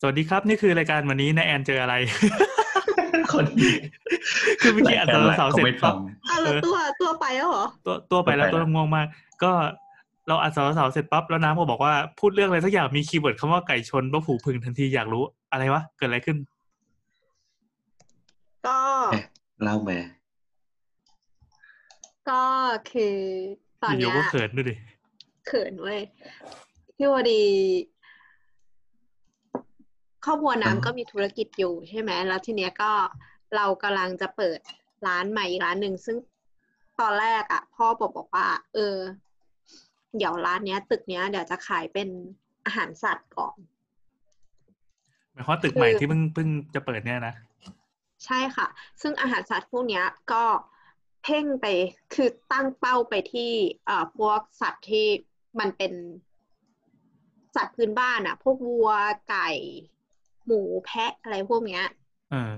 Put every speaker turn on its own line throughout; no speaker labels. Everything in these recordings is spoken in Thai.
สวัสดีครับ นี่คือรายการวันนี้นายแอนเจออะไร
คนดี
คือเมื่อกี้อัดตอนเสาร์เสร็จ
ขไม่ฟั
ปั๊บ
ง
อ้าวแล้วตัวตัวไปแล้วเหรอ
ตัวตัวไปแล้ว
ตัวไปแล้ว
ตัวง่วงมาก ก็เราอัดเสาวสาวเสร็จปั๊บแล้วน้ำก็บอกว่าพูดเรื่องอะไรสักอย่างมีคีย์เวิร์ดคำว่าไก่ชนป้าผูพึงทันทีอยากรู้อะไรวะ เกิดอะไรขึ้น
ก็
เล่ามา
ก็คือตอน
อยู่
เนี้
ๆ
ย
ก็เขินด้วยดิ
เขินเว้ยพี่วดีครอบครัวน้ำก็มีธุรกิจอยู่ใช่ไหมแล้วทีเนี้ยก็เรากำลังจะเปิดร้านใหม่อีกร้านหนึ่งซึ่งตอนแรกอะ่ะ พ่อบอกบอกว่า เออ เดี๋ยวร้านเนี้ย ตึกเนี้ยเดี๋ยวจะขายเป็นอาหารสัตว์ก่อน
หมายความว่าตึกใหม่ที่เพิ่งเพิ่งจะเปิดเนี่ยนะ
ใช่ค่ะ ซึ่งอาหารสัตว์พวกเนี้ยก็เพ่งไป คือตั้งเป้าไปที่เอ่อพวกสัตว์ที่มันเป็นสัตว์พื้นบ้านอะพวกวัวไก่ หมูแพะอะไรพวกเนี้ย
เออ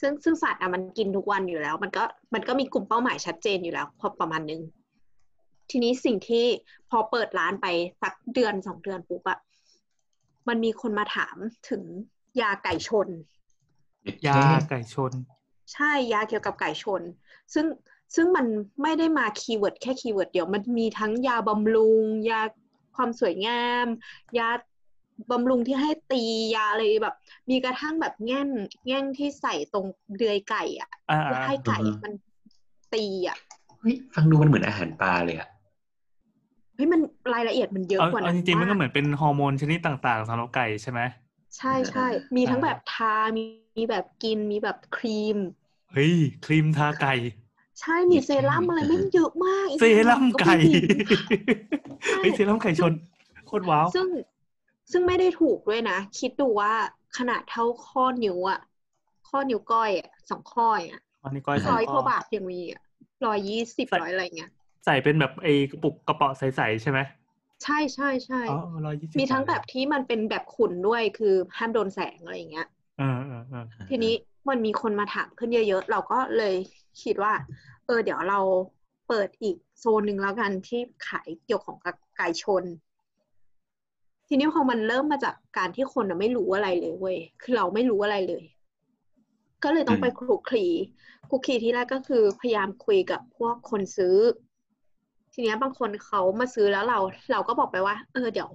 ซึ่งซึ่งสัตว์อะมันกินทุกวันอยู่แล้ว มันก็มันก็มีกลุ่มเป้าหมายชัดเจนอยู่แล้วพอประมาณนึง ทีนี้สิ่งที่พอเปิดร้านไปสักเดือนสองเดือนปุ๊บอะมันมีคนมาถามถึงยาไก่ชน
ยาไก่ชน
ใช่ยาเกี่ยวกับไก่ชน ซึ่งซึ่งมันไม่ได้มาคีย์เวิร์ดแค่คีย์เวิร์ดเดียวมันมีทั้งยาบำรุง ยาความสวยงาม ยาบำรุงที่ให้ตียาอะไรแบบ มีกระทั่งแบบแง่งแง่งที่ใส่ตรงเดือยไก่อะ
อ่า
เพื่อให้ไก่อะมันตีอะ
เฮ้ยฟังดูมันเหมือนอาหารปลาเลยอะ
เฮ้ยมันรายละเอียดมันเยอะ
เอา
กว่านั้
เอา
น
จริงๆมันก็เหมื
า
อนเป็นฮอร์โมนชนิดต่างๆสำหรับไก่ใช่ไหม
ใช่ใช่มีทั้งแบบทามีมีแบบกินมีแบบครีม
เฮ้ยครีมทาไก่
ใช่มีเซรั่มอะไรไม่งเยอะมากอีก
เซรั่มไก่
มี
เฮ้ยเซรั่มไก่ชนโคตรว้าว
ซึ่งซึ่งไม่ได้ถูกด้วยนะ คิดดูว่าขนาดเท่าข้อนิ้วอะข้อนิ้วก้อยอะสองข้อยอะ
อันนี้ก้อยใส่
ร้อยก
ข้อ
ว่าบาทยังมีอะร้อยยี่สิบ
ใส่
ร้อยอะไรเงี้ย
ใส่เป็นแบบไอ้กระปุกกระเป๋อใสๆใช่ไหม
ใช่ใช่ใช่
อ๋อร้อยยี่สิบ
มีทั้งแบบที่มันเป็นแบบขุนด้วยคือห้ามโดนแสงอะไรเงี้ย
เออเออเออ
ทีนี้มันมีคนมาถามขึ้นเยอะๆ เราก็เลยคิดว่า เออ เดี๋ยวเราเปิดอีกโซนหนึ่งแล้วกันที่ขายเกี่ยวของกับไก่ชน ทีนี้พอมันเริ่มมาจากการที่คนน่ะไม่รู้อะไรเลยเว้ยคือเราไม่รู้อะไรเลย ก็เลยต้องไปคลุกคลีคลุกคลีที่แรกก็คือพยายามคุยกับพวกคนซื้อ ทีเนี้ยบางคนเขามาซื้อแล้วเรา เราก็บอกไปว่า เออเดี๋ยว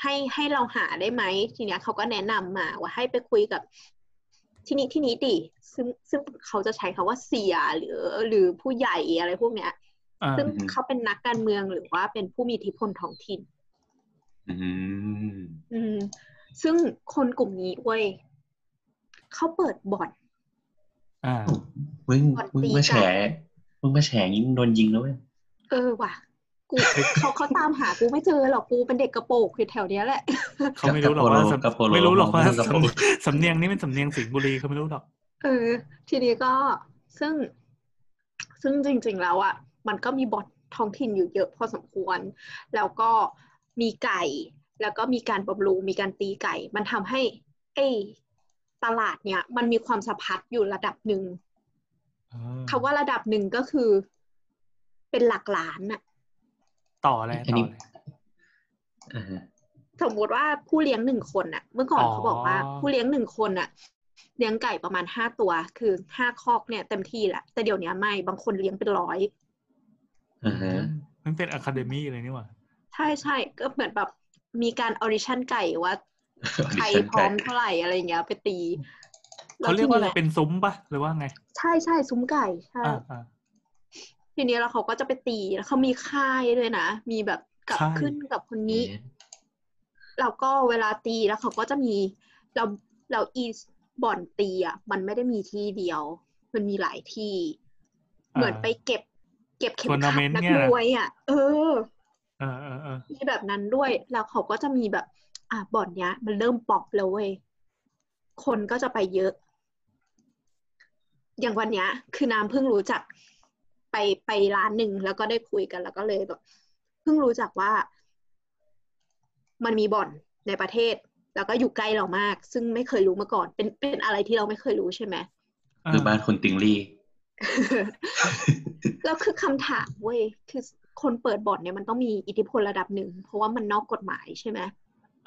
ให้ให้เราหาได้ไหมทีเนี้ยเขาก็แนะนำมาว่าให้ไปคุยกับ ที่นี้ที่นี้ดิซึ่งซึ่งเขาจะใช้คำว่าเสียหรือ หรือผู้ใหญ่อะไรพวกเนี้ย
อ่า
ซึ่งเขาเป็นนักการเมืองหรือว่าเป็นผู้มีอิทธิพลท้องถิ่น
อืม
อืม ซึ่งคนกลุ่มนี้เว้ยเขาเปิดบ่อน
อ่า
มึง
ก่อน
มึง
ตี
มาแฉ
ไก่
มึงมาแฉยิงโดนยิงแล้วเว้ย
เออว่ะ กู เขาเขาตามหากูไม่เจอหรอกกูเป็นเด็กกระโปรงอยู่แถวเนี้ยแหละ
เขาไม่รู้หรอกว่าสำ
บโปโ
ไม่รู้หรอกว่า
บโปโล
สำสำเนียงนี้เป็นสำเนียงสิงห์บุรีเขาไม่รู้หรอก
เออ ทีนี้ก็ซึ่งซึ่งจริงๆแล้วอะ่ะ มันก็มีบอทท้องถิ่นอยู่เยอะพอสมควร แล้วก็มีไก่ แล้วก็มีการบำรุงมีการตีไก่ มันทำให้ไอ้ตลาดเนี่ย มันมีความสะพัดอยู่ระดับหนึ่งคำว่าระดับหนึ่งก็คือ เป็นหลักล้านอะ
ต่ออะไร
อัน
ต่
นี้
ออะไร
อ่าฮะ
สมมติว่าผู้เลี้ยงหนึ่งคนอะเมื่อก่อนเขาบอกว่าผู้เลี้ยงหนึ่งคนอะเลี้ยงไก่ประมาณห้าตัว คือห้าคอกเนี่ยเต็มที่แหละแต่เดี๋ยวนี้ไม่บางคนเลี้ยงเป็นร้อย
อ่าฮะ
มันเป็นอะคาเดมี่เลยนี่หว่า
ใช่ใช่ก็เหมือนแบบมีการออดิชั่นไก่ว่าใคร
ดิฉัน
พร้อม
ไก่
เท่าไหร่อะไรเงี้ยไปตี
เขาเรียกว่าอะไร
แล้วทีนี้
เป็นซุ้มปะหรือว่าไง
ใช่ใช่ซุ้มไก่ใช่
อ่าอ่า
ทีนี้แล้วเขาก็จะไปตีแล้วเขามีค่ายด้วยนะ มีแบบกลับ
ค่าย
ขึ้นกับคนนี้ แล้วก็เวลาตีแล้วเขาก็จะมีเราเราอีบ่อนตีอ่ะมันไม่ได้มีที่เดียว มันมีหลายที่ เหมือนไปเก็บ เก็บเข็มขัด
Tournament
นัก
เนี่ย
ม
นะ
วยอ่ะ เออ
เออเออเออ
มีแบบนั้นด้วย แล้วเขาก็จะมีแบบ อ่ะบ่อนเนี้ย มันเริ่มปอกแล้วเว้ย คนก็จะไปเยอะ อย่างวันเนี้ย คือน้ำเพิ่งรู้จักไปไปร้านหนึ่งแล้วก็ได้คุยกันแล้วก็เลยแบบเพิ่งรู้จักว่า มันมีบ่อนในประเทศ แล้วก็อยู่ใกล้เรามาก ซึ่งไม่เคยรู้มาก่อน เป็นเป็นอะไรที่เราไม่เคยรู้ใช่ไหม
คือบ้านคนติงลี่
แล้วคือคำถามเว้ยคือคนเปิดบ่อนเนี่ยมันต้องมีอิทธิพลระดับหนึ่ง เพราะว่ามันนอกกฎหมายใช่ไหม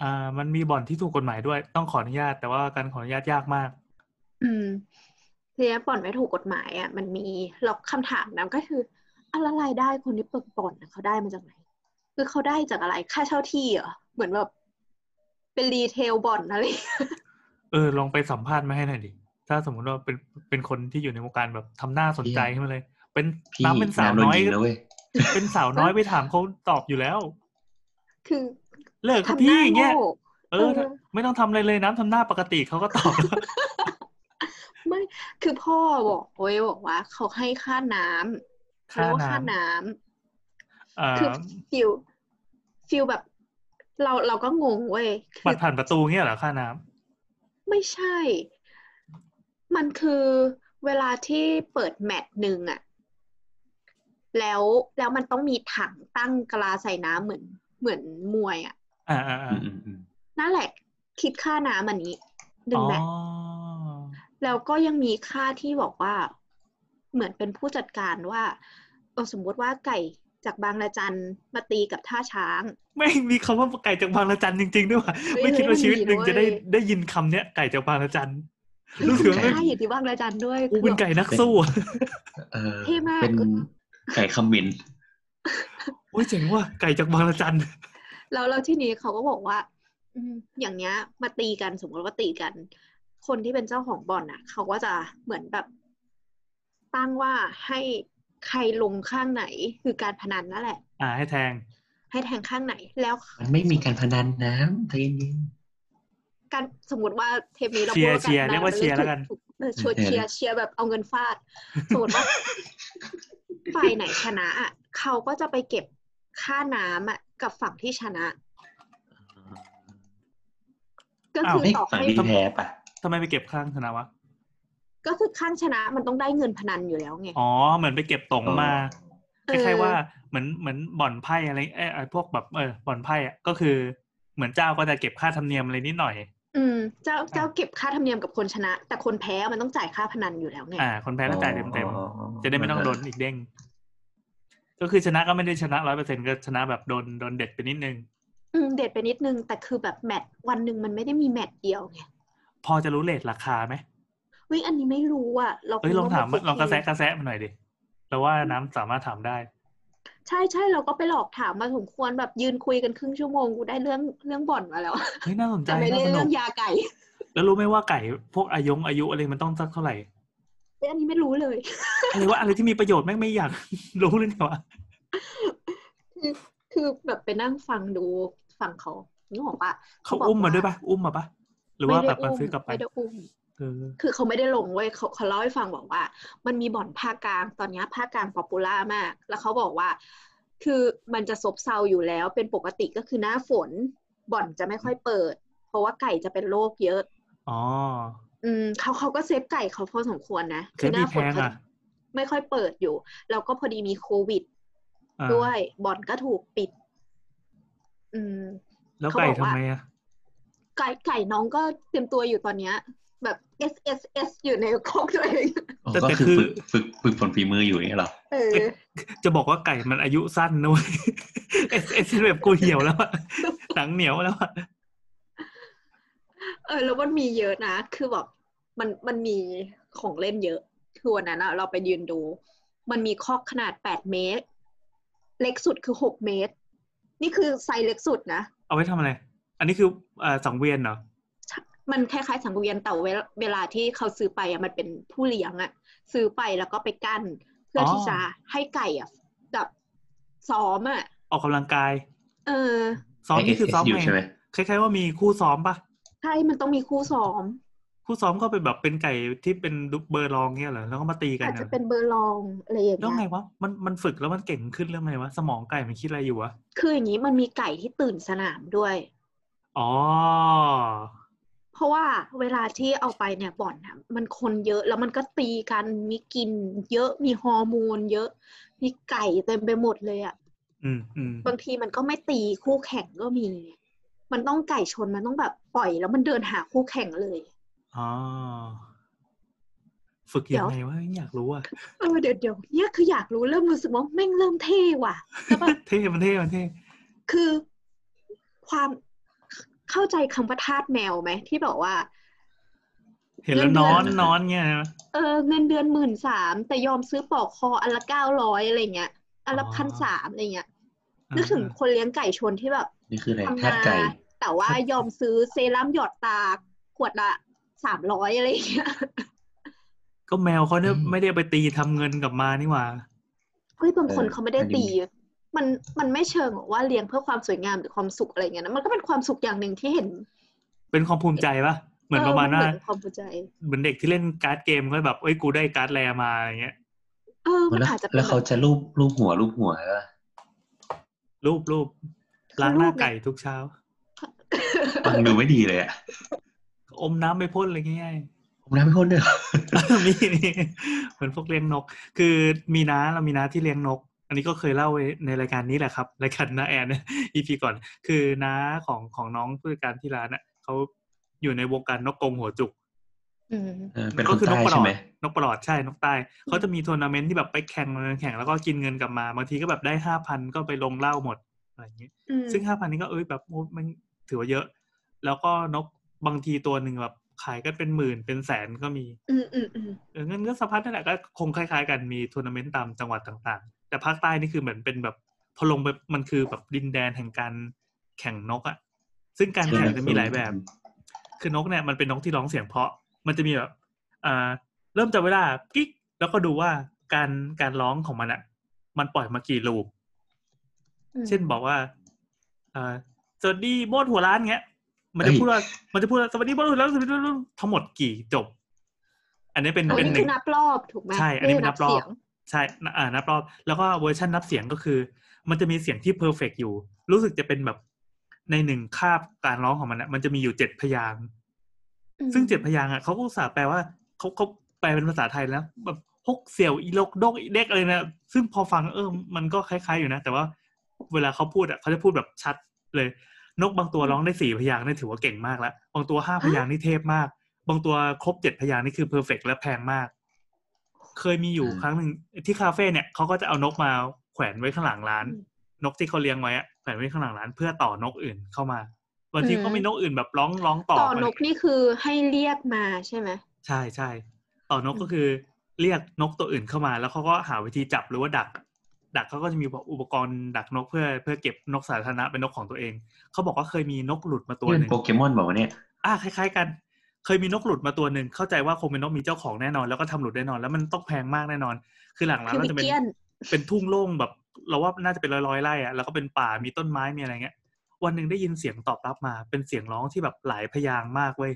อ่า มันมีบ่อนที่ถูกกฎหมายด้วย ต้องขออนุญาต แต่ว่าการขออนุญาตยากมาก
อืมทีนี้บ่อนไม่ถูกกฎหมายอ่ะ มันมีเราคำถามนั้นก็คืออะไรรายได้คนที่เปิดบ่อนน่ะเขาได้มาจากไหน คือเขาได้จากอะไรค่าเช่าที่เหรอเหมือนแบบเป็นรีเทลบ่อนอะไร
เออ ลองไปสัมภาษณ์มาให้หน่อยดิ ถ้าสมมุติว่าเป็นเป็นคนที่อยู่ในวงการแบบทำหน้าสนใจขึ้นมาเลย เป็น
พี่
น้ำเป็นสาว
น้ำโดน
น้อย
ยิงแล้วเว้ย
เป็นสาว น้อยไปถามเขาตอบอยู่แล้ว
คือ
เลิกกับ
ทำห
พี่
น้า
อย่างเงี้ย
โง่
เออ
เออ
ไม่ต้องทำอะไรเลยน้ำทำหน้าปกติเขาก็ตอบ แล้ว
คือพ่อบอกเว้ยบอกว่าเขาให้ค่าน้ำเรี
ค่าย
กว่า
น้
ค่าน้ำ
ำอ่า
คือฟิลฟิลแบบ เราเราก็งงเว้ยคื
บั
อ
ตรผ่านประตูเงี้ยเหรอค่าน้ำ
ไม่ใช่ มันคือเวลาที่เปิดแมตช์หนึ่งอะแล้วแล้วมันต้องมีถังตั้งกะลาใส่น้ำเหมือนเหมือนมวยอะ
อ่าอ่าอ่า
อืมอืม
นั่นแหละ คิดค่าน้ำอันนี้หนึ่
อ๋
ง
อ
แมตช์แล้วก็ยังมีค่าที่บอกว่า เหมือนเป็นผู้จัดการว่าเอาสมมุติว่าไก่จากบางระจันมาตีกับท่าช้าง
ไม่มีคำว่าไก่จากบางระจันจริง ๆ ด้วยว่ะ
เฮ้ย
ไม่คิดว่า
เฮ้ยมัน
ชีวิตหนึ่ง
มีด้วย
จะได้ได้ยินคำเนี้ยไก่จากบางระจันรู้สึก
คือ
ว่า
ค่าอยู่ที่บางระจันด้วย
กู
คื
เป็น
อ
ไก่นักสู้อะ
เออ
เท่มาก
เป็นไก่คำมิน
โอ้ยเจ๋งว่ะไก่จากบางระจัน
แล้วแล้วที่นี้เขาก็บอกว่า อืมอย่างเนี้ย มาตีกันสมมติว่าตีกัน คนที่เป็นเจ้าของบ่อนอ่ะ เขาก็จะเหมือนแบบ ตั้งว่าให้ใครลงข้างไหน คือการพนันนั่นแหละ
อ่าให้แทง
ให้แทงข้างไหน แล้ว
มันไม่มีการพนันน้ำใจเย็น
การสมมติว่าเทปนี้เรา
เชีย
พู
ร์
ด
เชียร์เรียกว่าเชียร์แล้วกัน
ถูถูเออชวนเชียร์เชียร์แบบเอาเงิน ฟาด สมมติว่าฝ่ายไหนชนะอ่ะเขาก็จะไปเก็บค่าน้ำอ่ะ กับฝั่งที่ชนะ ก็คือ
อ้าว
ต่อ
ๆ ฝั่ง
ให้
ที่แพ้ปะ
ทำไมไปเก็บข้างชนะวะ
ก็คือข้างชนะมันต้องได้เงินพนันอยู่แล้วไง
อ๋อเหมือนไปเก็บตงมา
เออ
คล้ายๆว่าเหมือนเหมือนบ่อนไพ่อะไรเอ้ยไอ้พวกแบบเออบ่อนไพ่อะก็คือเหมือนเจ้าก็จะเก็บค่าธรรมเนียมอะไรนิดหน่อย
อืม เจ้าเจ้าเก็บค่าธรรมเนียมกับคนชนะ แต่คนแพ้มันต้องจ่ายค่าพนันอยู่แล้วไง
อ่า คนแพ้ก็จ่ายเต็ม
อ๋อ
ๆจะได้ไม่ต้องโดนอีกเด้ง ก็คือชนะก็ไม่ได้ชนะร้อยเปอร์เซ็นก็ชนะแบบโดนโดนเด็ดไปนิดนึง
อืม เด็ดไปนิดนึง แต่คือแบบแมตช์วันหนึ่งมันไม่ได้มีแมตช์เดียวไง
พอจะรู้เลทราคาไหม
เฮ้ยอันนี้ไม่รู้อ่ะ เรา
เอ้ยลองถาม
คิด
ลองกระแซะกระแซะมันหน่อยดิเราว่าน้ำสามารถถามได้
ใช่ใช่เราก็ไปหลอกถามมาสมควรแบบยืนคุยกันครึ่งชั่วโมงกูได้เรื่องเรื่องบ่อนมา แล้ว
เฮ้ยน่าสนใจ
จะไม่
น่า
เล่น
สนุ
เรื่
ก
องยาไก่
แล้วรู้ไหมว่าไก่พวกอายุอายุอะไรมันต้องสักเท่าไหร่
เฮ้ยอันนี้ไม่รู้เลย
อะไรว่าอะไรที่มีประโยชน์แม่งไม่อยาก รู้เลยเนี่ยวะ
คือแบบไปนั่งฟังดูฟังเขานึกออกปะ
เขาอุ้มมาด้วยปะอุ้มมาปะหรือว่าแบบมาซื้อกลับไป
ไม่ได้อุ้ม
เออ
คือเขาไม่ได้ลงเว้ยเขาเขาเล่าให้ฟังบอกว่า มันมีบ่อนภาคกลางตอนเนี้ยภาคกลางป๊อปปูล่ามาก แล้วเขาบอกว่า คือมันจะซบเซาอยู่แล้ว เป็นปกติก็คือหน้าฝน บ่อนจะไม่ค่อยเปิด เพราะว่าไก่จะเป็นโรคเยอะ
อ๋อ
อืมเขาเขาก็เซฟไก่เขาพอสมควรนะ
เซ
คื
ฟ
ห
ดี
น้า
แพ
ฝน
ง
เขา
อ่ะ
ไม่ค่อยเปิดอยู่ แล้วก็พอดีมีโควิด
อ่า
ด้วยบ่อนก็ถูกปิด อืม
แล้วไก่
เขาบอก
ทำ
ว่า
ไมอ่ะ
ไก่ไก่น้องก็เตรียมตัวอยู่ตอนเนี้ย แบบ S S S อยู่ในคอกตัวเอง
อ๋อก็คือฝึกฝึกฝึกฝนฝีมืออยู่นี่เหรอ
เออ
จะบอกว่าไก่มันอายุสั้นนะเว้ยเอสเอสแบบกูเหี่ยวแล้วอะหนังเหนียวแล้วอะ
เออแล้วมันมีเยอะนะ คือแบบมันมันมีของเล่นเยอะ คือวันนั้นอะเราไปยืนดู มันมีคอกขนาดแปดเมตร เล็กสุดคือหกเมตร นี่คือไซส์เล็กสุดนะ
เอาไว้ทำอะไร อันนี้คือเอ่อสังเวียนเหรอ
มันคล้ายๆสังเวียนแต่เวลาเวลาที่เขาซื้อไปอะมันเป็นผู้เลี้ยงอะซื้อไปแล้วก็ไปกั้น เพื่ออ
อ
ที่จะให้ไก่อะแบบซ้อมอะ
ออกกำลังกาย
เออ
ซ้อมนี่คือซ้อม
ISSU
ไง
ใช่ไหม
คล้ายๆว่ามีคู่ซ้อมปะ
ใช่มันต้องมีคู่ซ้อม
คู่ซ้อมก็เป็นแบบเป็นไก่ที่เป็นเบอร์รองเงี้ยเหรอแล้วก็มาตีกัน
อาจ
เหร
จะ
อ
เป็นเบอร์ลองอะไรอย่าง
แล้ว
เงี้ย
ไงวะมันมันฝึกแล้วมันเก่งขึ้นเรื่องไงวะสมองไก่มันคิดอะไรอยู่วะ
คืออย่างนี้มันมีไก่ที่ตื่นสนามด้วย
อ๋อ
เพราะว่าเวลาที่เอาไปเนี่ยบ่อนนะมันคนเยอะแล้วมันก็ตีกันมีกลินเยอะมีฮอร์โมนเยอะ มีไก่เต็มไปหมดเลยอะ่ะ
อืมอืม
บางทีมันก็ไม่ตีคู่แข่งก็มี มันต้องไก่ชนมันต้องแบบปล่อยแล้วมันเดินหาคู่แข่งเลย
อ๋อฝึกยังไงวะอยากรู้อะ
เออเดี๋ยวเดี๋ยวเนี่ยคืออยากรู้เริ่มรู้สึกว่าแม่งเริ่มเท่ว่ะ แล้วแบบ
เท่มันเท่มันเท่
คือความ เข้าใจคำว่าทาสแมวไหมที่บอกว่า
เห็นแล้วนอนนอนเงี้ยนะ
เออเงินเดือนหมื่นสามแต่ยอมซื้อปลอกคออันละเก้าร้อยอะไรเงี้ยอันละ
อ๋อ
พันสามอะไรเงี้ยนึกถึงคนเลี้ยงไก่ชนที่แบบ
นี่คืออะไร
ทำ
ทาส
นา
ไก่
แต่ว่ายอมซื้อเซรั่มหยอดตาขวดละสามร้อยอะไรเงี้ย
ก็แมวเขาเนี่ย
อืม
ไม่ได้ไปตีทำเงินกลับมานี่หว่า
เฮ้ยบางคน
เออ
เขาไม่ได้
อันนี้
ตี มันมันไม่เชิงหรอกว่าเลี้ยงเพื่อความสวยงามหรือความสุขอะไรเงี้ยนะมันก็เป็นความสุขอย่างหนึ่งที่เห็น
เป็นความภูมิใจปะเหมือนประมาณ
เออ
ว่า
เหมือนความภูมิใจ
เหมือนเด็กที่เล่นการ์ดเกมก็แบบเอ้ยกูได้การ์ดแรมาอะไรเงี้ย
เออมัน
แล้ว
อาจจะเป็น
แล้วเขาจะรูปรูปหัวรูปหัวเหรอ
รูปรูปล้างหน้าไก่ทุกเช้า
ฟังดูไม่ดีเลยอะ
อมน้ำไม่พ่นอะไรง่าย
ผมน้ำไม่พ้นด้วยเหรอ
ๆ มีนี่เหมือนพวกเลี้ยงนก คือมีน้าเรามีน้าที่เลี้ยงนก อันนี้ก็เคยเล่าไว้ในรายการนี้แหละครับราย การน้าแอนอีพีก่อน คือน้าของของน้องผู้จัดการที่ร้านน่ะเขาอยู่ในวงการนกกรงหัวจุก
อืม
เออเป็นค
ก็
น
คือน
ใต้
กประหลอ
ใช่
ด
ไหม
นกประหลอดใช่นกใต้เขาจะมีทัวร์นาเมนต์ที่แบบไปแข่งแข่งแล้วก็กินเงินกลับมาบางทีก็แบบได้ห้าพันก็ไปลงเหล้าหมดอะไรอย่างเงี้ย
อืม
ซึ่งห้าพันนี้ก็เอ้ยแบบโอ้มันถือว่าเยอะ แล้วก็นกบางทีตัวหนึ่งแบบขายกันเป็นหมื่นเป็นแสนก็มี
อืมอืมอืม
เออเงินก็สะพัดนั่นแหละก็คงคล้าย ๆ กันมีทัวร์นาเมนต์ตามจังหวัดต่างๆ แต่ภาคใต้นี่คือเหมือนเป็นแบบพอลงไปมันคือแบบดินแดนแห่งการแข่งนกอะซึ่งการแข่งจะมีหลายแบบ คือนกเนี่ยมันเป็นนกที่ร้องเสียงเพราะ มันจะมีแบบอ่าเริ่มจากเวลากิ๊กแล้วก็ดูว่าการการร้องของมันอะมันปล่อยมากี่ลูป
อืม
เช่นบอกว่าอ่าสวัสดีโบสหัวร้านเงี้ย มันจะพูดว่ามันจะพูดว่าสวัสดีโบสหัวร้านสวัสดีโบ๊ทหัวร้านทั้งหมดกี่จบ อันนี้เป็น
อัน
เป็น
นี้
ห
คื
นึ่
อง นับรอบถูกไหม
ใช่อันนี้เป็นนับรอบ
เสียง
ใช่นะอ่านับรอบแล้วก็เวอร์ชันนับเสียงก็คือ มันจะมีเสียงที่เพอร์เฟกอยู่ รู้สึกจะเป็นแบบในหนึ่งคาบการร้องของมันอะมันจะมีอยู่เจ็ดพยางค์
อืม
ซึ่งเจ็ดพยางค์อ่ะเขาก็อุตสาห์แปลว่าเขาเขาแปลเป็นภาษาไทยแล้ว แบบฮกเสี่ยวอีลกดกอีเด็กอะไรนะซึ่งพอฟังเออมันก็คล้ายๆอยู่นะ แต่ว่าเวลาเขาพูดอ่ะเขาจะพูดแบบชัดเลย นกบางตัวร้องได้สี่พยางค์นี่ถือว่าเก่งมากแล้วบางตัวห้าพยางค์นี่เทพมาก บางตัวครบเจ็ดพยางค์นี่คือเพอร์เฟกและแพงมาก เคยมีอยู่ครั้งหนึ่งที่คาเฟ่เนี่ยเขาก็จะเอานกมาแขวนไว้ข้างหลังร้าน
อืม
นกที่เขาเลี้ยงไว้อะแขวนไว้ข้างหลังร้าน เพื่อต่อนกอื่นเข้ามาบางทีก็มีนกอื่นแบบร้องร้องต่อ
ต่อ
มา
นกนี่คือให้เรียกมาใช่ไหม
ใช่ใช่ต่อนก
อืม
ก็คือเรียกนกตัวอื่นเข้ามา แล้วเขาก็หาวิธีจับหรือว่าดัก ดักเขาก็จะมีอุปกรณ์ดักนกเพื่อเพื่อเก็บนกสาธารณะเป็นนกของตัวเองเขาบอกว่าเคยมีนกหลุดมาตัวห
นี่เป็น
นึ่ง
โปเกมอนบอกว่าวะเนี่ย
อ่ะคล้าย ๆ กัน เคยมีนกหลุดมาตัวหนึ่งเข้าใจว่าคงเป็นนกมีเจ้าของแน่นอน แล้วก็ทำหลุดแน่นอน แล้วมันต้องแพงมากแน่นอน คือหลังร้าน
คือ
เรา
วิ
จะเป็น
เกียน
เป็นทุ่งโล่งแบบเราว่าน่าจะเป็นร้อยๆไร่อะแล้วก็เป็นป่ามีต้นไม้มีอะไรเงี้ย วันหนึ่งได้ยินเสียงตอบรับมา เป็นเสียงร้องที่แบบหลายพยางค์มากเว้ย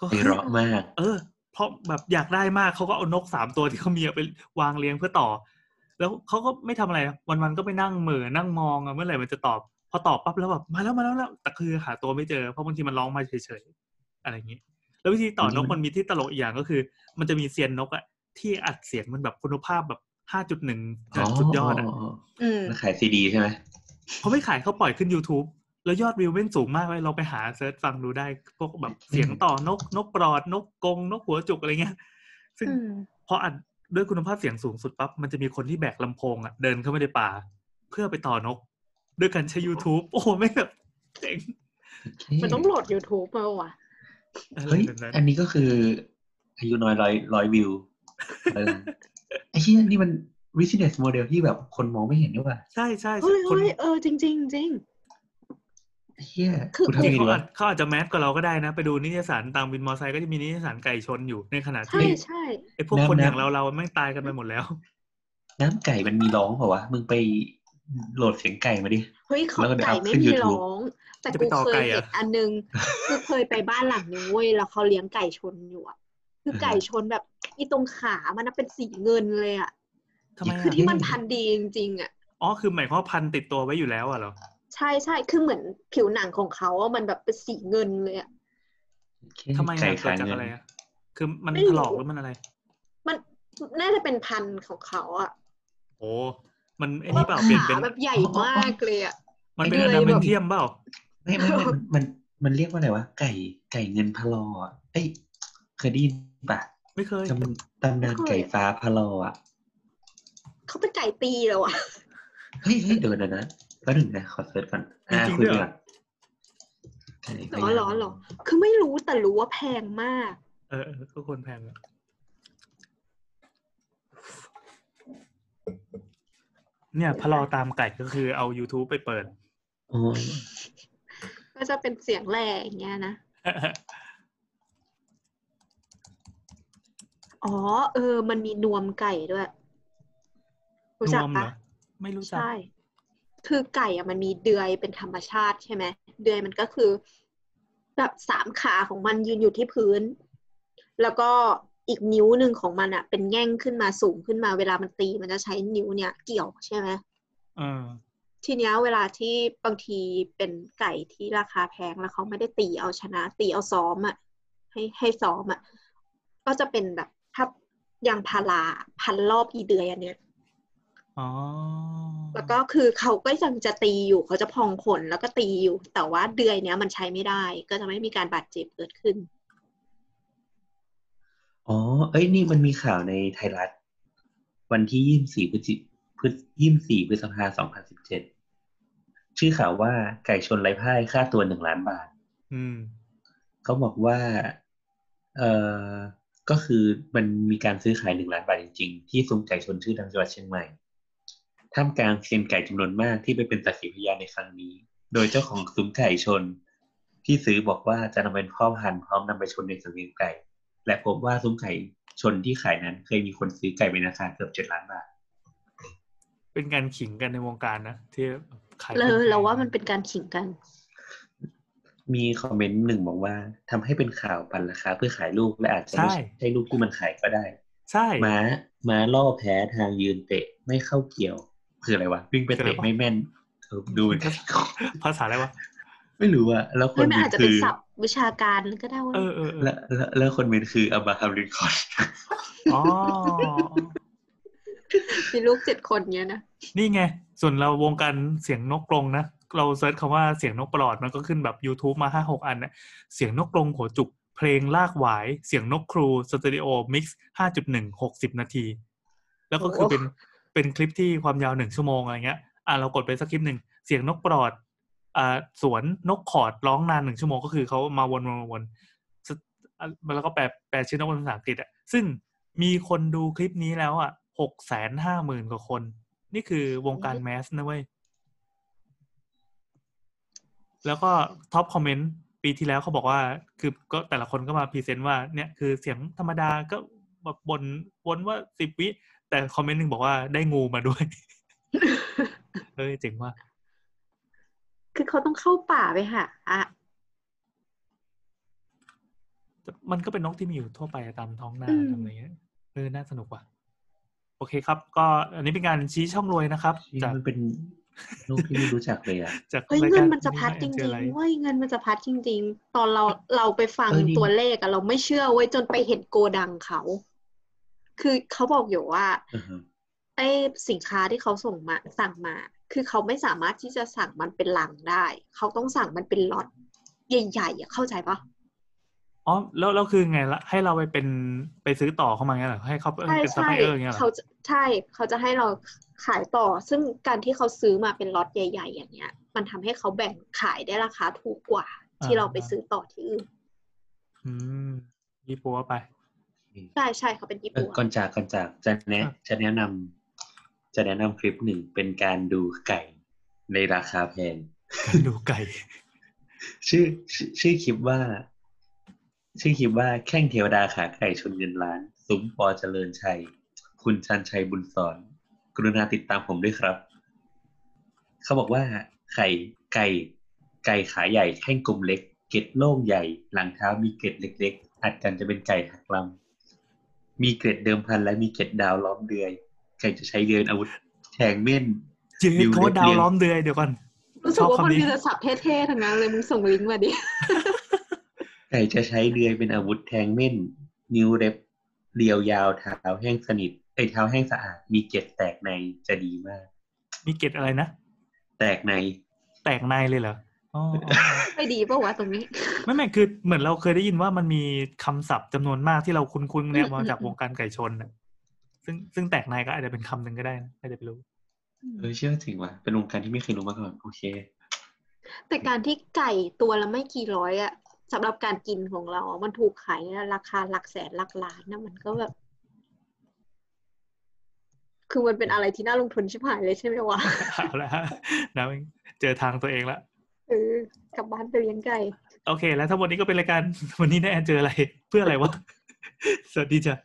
ก็
ไพ
คือ
เราะมาก
เออเพราะแบบอยากได้มากเขาก็เอานกสามตัวที่เขามีอะไปวางเลี้ยงเพื่อต่อ แล้วเขาก็ไม่ทำอะไรนะวันๆก็ไปนั่งเหม่อนั่งมองอะเมื่อไหร่มันจะตอบ พอตอบปั๊บแล้วแบบมาแล้วมาแล้วแล้วแต่คือหาตัวไม่เจอเพราะบางทีมันร้องมาเฉยๆอะไรอย่างนี้ แล้ววิธีต่อนกมันมีที่ตลกอีกอย่างก็คือ มันจะมีเซียนนกอะที่อัดเสียงมันแบบคุณภาพแบบห้าจุดหนึ่งสุดยอดอะ
อืม
มาขายซีดีใช่ไหม
เขาไม่ขายเขาปล่อยขึ้น YouTube แล้วยอดวิวแม่งสูงมากเลยเราไปหาเซิร์ชฟังดูได้ พวกแบบเสียงต่อนกนกปลอดนกกรงนกหัวจุกอะไรเงี้ย ซึ่ง
อืม
พออัดด้วยคุณภาพเสียงสูงสุดปั๊บมันจะมีคนที่แบกลำโพงอ่ะเดินเข้าไปในป่า เพื่อไปต่อนก ด้วยการใช้ YouTube โอ้โหไม่งแบบเจ๋ง
มันต้องโหลด YouTube มาว่ะ
อะไร
เฮ้ย
แบบนั้น
อันนี้ก็คือ อายุน้อยร้อยร้อยวิวร้อยล้านไอ้ที่นี่มัน business model ที่แบบคนมองไม่เห็นด้วยว่ะ
ใช่ใช่
เฮ้
ใช่
ย
คน
เฮ้ยเออ จริงจริงจริง
ไอ้เฮีย
คือ
กูทำยังไง
เขา
ดี
อาจ
วะ
เขาอาจจะแมสกับเราก็ได้นะ ไปดูนิตยสารตามวินมอไซค์ก็จะมีนิตยสารไก่ชนอยู่ในขณะ
ใช่
ที่
ใช่
ไอ้พวกคนอย่างเราเราแม่งตายกันไปหมดแล้ว
น้ำไก่มันมีร้องเปล่าวะ มึงไปโหลดเสียงไก่มาดิ
เฮ้ยเขา
แล้วก็เดี๋ยว
ไก่
เอา
ไม่
ขึ้น
มี
YouTube
ร้อง แต่
จะไป
กู
ต่อ
เค
ไก่
ย
อะ
เห็นอันนึง คือเคยไปบ้านหลังนึงเว้ย แล้วเขาเลี้ยงไก่ชนอยู่อะคือไก่ชนแบบอีตรงขามันน่ะเป็นสีเงินเลยอะ
ทำไม
คือ
อะ
ที่มันพันดีจริงๆอะ
อ๋อคือหมายความว่าพันติดตัวไว้อยู่แล้วอ่ะเหรอ
ใช่ใช่ คือเหมือนผิวหนังของเขาอะมันแบบเป็นสีเงินเลยอะ
ทำไม
ไก่
อะเกิด
ขาย
จาก
เงิน
อะไรอะคือมัน
ไม่
ถ
รู้
ลอกหรือมันอะไร
มันน่าจะเป็นพันธุ์ของเขาอะ
โอ้ มันไอ้นี่เปล่าเปลี่ยนเป็น
ขาแบบใหญ่มากเลยอะ
มันเป็น
เล
อย
แบบ
นาเมนเทียมเปล่า
ไม่ไม่ไม่มันมันมันเรียกว่าอะไรวะ ไก่ไก่เงินพะลออะเอ้ยเคยได้ยินปะ
ไม่เคย
จำตำนานไก่ฟ้าพะลออะ
เขาเป็นไก่ตีแล้วอะ
เฮ้ยเฮ้ยเดี๋ยวนะนะแป๊บหนึงนะ ขอเสิร์ชก่อนอ่า
จริงๆ
คุย
ด้
ไป
วยเหร
ก่
อ
อน
หรอหรอหรอ คือไม่รู้แต่รู้ว่าแพงมาก
เออเออก็ควรแพงอะเนี่ยพอเราตามไก่ก็คือเอา YouTube ไปเปิด
โอ้ย
ก็จะเป็นเสียงแหล่อย่างเงี้ยนะ อ๋อ เออ มันมีนวมไก่ด้วย รู้จัก
นวมเห
ปะ
รอไม่รู้จัก
ใช่ คือไก่อะมันมีเดือยเป็นธรรมชาติใช่ไหม เดือยมันก็คือแบบสามขาของมันยืนอยู่ที่พื้น แล้วก็อีกนิ้วหนึ่งของมันอะเป็นแง่งขึ้นมาสูงขึ้นมา เวลามันตีมันจะใช้นิ้วเนี้ยเกี่ยวใช่ไหม
เออ
ทีเนี้ยเวลาที่บางทีเป็นไก่ที่ราคาแพงแล้วเขาไม่ได้ตีเอาชนะ ตีเอาซ้อมอะ่ะให้ให้ซ้อมอะ่ะก็จะเป็นแบบถ้ายางพาราพันรอบอีเดือยอันเนี้ย
อ๋อ
แล้วก็คือเขาก็ยังจะตีอยู่เขาจะพองขนแล้วก็ตีอยู่ แต่ว่าเดือยเนี้ยมันใช้ไม่ได้ ก็จะไม่มีการบาดเจ็บเกิดขึ้น
อ๋อ เอ้ยนี่มันมีข่าวในไทยรัฐ วันที่ยี่สี่พฤศจิพฤศยี่สี่พฤษภาสองพันสิบเจ็ดชื่อข่าวว่าไก่ชนไร้พ่ายค่าตัวหนึ่งล้านบาท
อืม
เขาบอกว่า เออก็คือมันมีการซื้อขายหนึ่งล้านบาทจริงๆ ที่ซุ้มไก่ชนชื่อดังจังหวัดเชียงใหม่ ท่ามกลางเซียนไก่จำนวนมากที่ไปเป็นสักขีพยานในครั้งนี้ โดยเจ้าของซุ้มไก่ชน ที่ซื้อบอกว่าจะนำเป็นพ่อพันธุ์พร้อมนำไปชนในสังเวียนไก่ และพบว่าซุ้มไก่ชนที่ขายนั้น เคยมีคนซื้อไก่เป็นราคาเกือบเจ็ดล้านบาท
เป็นการขิงกันในวงการนะที่ขาย
เลย
ป็
เราว่ามันเป็นการขิงกัน
มีคอมเมนต์หนึ่งบอกว่าทำให้เป็นข่าวปั่นราคาเพื่อขายลูกและอาจจะไม่ใช่ลูกที่มันขายก็ได้
ใช่
ม้าม้าล่อแพ้ทางยืนเตะไม่เข้าเกี่ยว คืออะไรวะ วิ่งไป
คืออะไร
เตะ
วะ
ไม่แม่นเออดูมัน
ภาษาอะไรวะ
ไม่รู้อะแล้วค
ไม่
น
ไม่อาจจะ
คื
เป็น
อ
ศัพท์วิชาการก็ได้ว่า
เออเออเออ
แล้วแล้วแล้วคนเมนคืออับราฮัมลินคอล์น
อ๋อ
มีลูกเจ็ดคนเนี้ยนะ
นี่ไง ส่วนเราวงการเสียงนกกรงนะ เราเซิร์ชคำว่าเสียงนกประหลอดมันก็ขึ้นแบบ YouTube มาห้าหกอันนะเสียงนกกรงหัวจุก เพลงลากหวาย เสียงนกครูสตูดิโอมิกซ์ห้าจุดหนึ่งหกสิบนาที แล้วก็คือเป็นเป็นคลิปที่ความยาวหนึ่งชั่วโมงอะไรเงี้ย อ่ะเรากดไปสักคลิปหนึ่งเสียงนกประหลอด อ่าสวนนกขอดร้องนานหนึ่งชั่วโมงก็คือเขามาวนวนวนสอ่ะแล้วก็แปลแปลชื่อนกเป็นภาษาอังกฤษอ่ะซึ่งมีคนดูคลิปนี้แล้วอ่ะหกแสนห้าหมื่นกว่าคน นี่คือวงการแมสนะเว้ย แล้วก็ท็อปคอมเมนต์ปีที่แล้วเขาบอกว่าคือก็แต่ละคนก็มาพรีเซนต์ว่าเนี่ยคือเสียงธรรมดาก็แบบบนวนว่าสิบวิ แต่คอมเมนต์หนึ่งบอกว่าได้งูมาด้วย เอ้ยเจ๋งว่ะ
คือเขาต้องเข้าป่าไปหาอ่ะ
แต่มันก็เป็นนกที่มีอยู่ทั่วไปตามท้องนา
อืม
ตามอะไรเงี้ยเออน่าสนุกว่ะ โอเคครับ ก็อันนี้เป็นการชี้ช่องรวยนะครับ จาก
มันเป็นลูกที่ไม่รู้จักเลยอะ
จาก
เฮ้ย
ราย
เงิ
กานร
มันจะพัดจริง
ไ
ๆเว้ยเงินมันจะพัดจริง ๆ ตอนเราเราไปฟัง
เออนี่
ตัวเลขอะเราไม่เชื่อเว้ยจนไปเห็นโกดังเขา คือเขาบอกอยู่ว่า
อ่าฮะ
ไอสินค้าที่เขาส่งมาสั่งมา คือเขาไม่สามารถที่จะสั่งมันเป็นลังได้ เขาต้องสั่งมันเป็นล็อตใหญ่ๆอะเข้าใจปะ
อ๋อแล้วแล้วคือไงละให้เราไปเป็นไปซื้อต่อเข้ามาเงี้ยเหรอให้เขา
ใช่
เป็นซัพ
ใช่
พลายเออร์เงี้ยเหร
เขา
อ
จะใช่เขาจะให้เราขายต่อ ซึ่งการที่เขาซื้อมาเป็นล็อตใหญ่ ๆ อย่างเงี้ย มันทำให้เขาแบ่งขายได้ราคาถูกกว่า ที่เราไปซื้อต่อที่อื่น
อืมยี่ปัวไป
ใช่ใช่เขาเป็นญี่
เออ
ปุ่น
ก่อนจากก่อนจากจะแนะ
อ่ะ
จะแนะนำจะแนะนำคลิปหนึ่งเป็นการดูไก่ในราคาแพง
กันดูไก่
ชื่อชื่อชื่อคลิปว่า ชื่อคลิปว่าแข้งเทวดาขาไก่ชนเงินล้าน ซุ้มปอเจริญชัย คุณชันชัยบุญสอน กรุณาติดตามผมด้วยครับ เขาบอกว่า ไข่ไก่ ไก่ขาใหญ่แข้งกลมเล็ก เกล็ดโล่งใหญ่ หลังเท้ามีเกล็ดเล็ก ๆ อัดกันจะเป็นไก่หักลำมีเกล็ดเดิมพันและมีเกล็ดดาวล้อมเดือย ไก่จะใช้เดือยอาวุธแทงเม่น
เจ๊
ดิว
เขาว่าดาว
เรียน
ล้อมเดือยเดี๋ยวก่อน
รู้สึก
ชอบ
ว่า
คำ
มัน
นี้
มีแต่ศัพท์เท่ๆ ทั้งนั้นเลย มึงส่งลิงก์มาดิ
ไก่จะใช้เดือยเป็นอาวุธแทงเม่น นิ้วเล็บเรียวยาวเท้าแห้งสนิทไอยเท้าแห้งสะอาด มีเกล็ดแตกในจะดีมาก
มีเกตอะไรนะ
แตกใน
แตกในเลยเหรออ๋ออ๋ออ๋อ
ไม่ดีปะวะตรงนี้
ไม่ไม่คือเหมือนเราเคยได้ยินว่ามันมีคำศัพท์จำนวนมากที่เราคุ้นๆเนี่ย
อืม
มาจาก
อืม
วงการไก่ชนน่ะซึ่งซึ่งแตกในก็อาจจะเป็นคำหนึ่งก็ได้นะใครจะไปรู้
เออเชื่อถึงว่ะเป็นวงการที่ไม่เคยรู้มาก่อน โอเค
แต่การที่ไก่ตัวละไม่กี่ร้อยอะสำหรับการกินของเราอะมันถูกขายในราคาหลักแสนหลักล้านนะมันก็แบบ คือมันเป็นอะไรที่น่าลงทุนชิบหายเลยใช่ไหมวะ
เอาละนะเจอทางตัวเองละ
เออกลับบ้านไปเลี้ยงไก่
โอเค แล้วทั้งหมดนี้ก็เป็นรายการ วันนี้แน่เจออะไร เพื่ออะไรวะ สวัสดีจ้ะ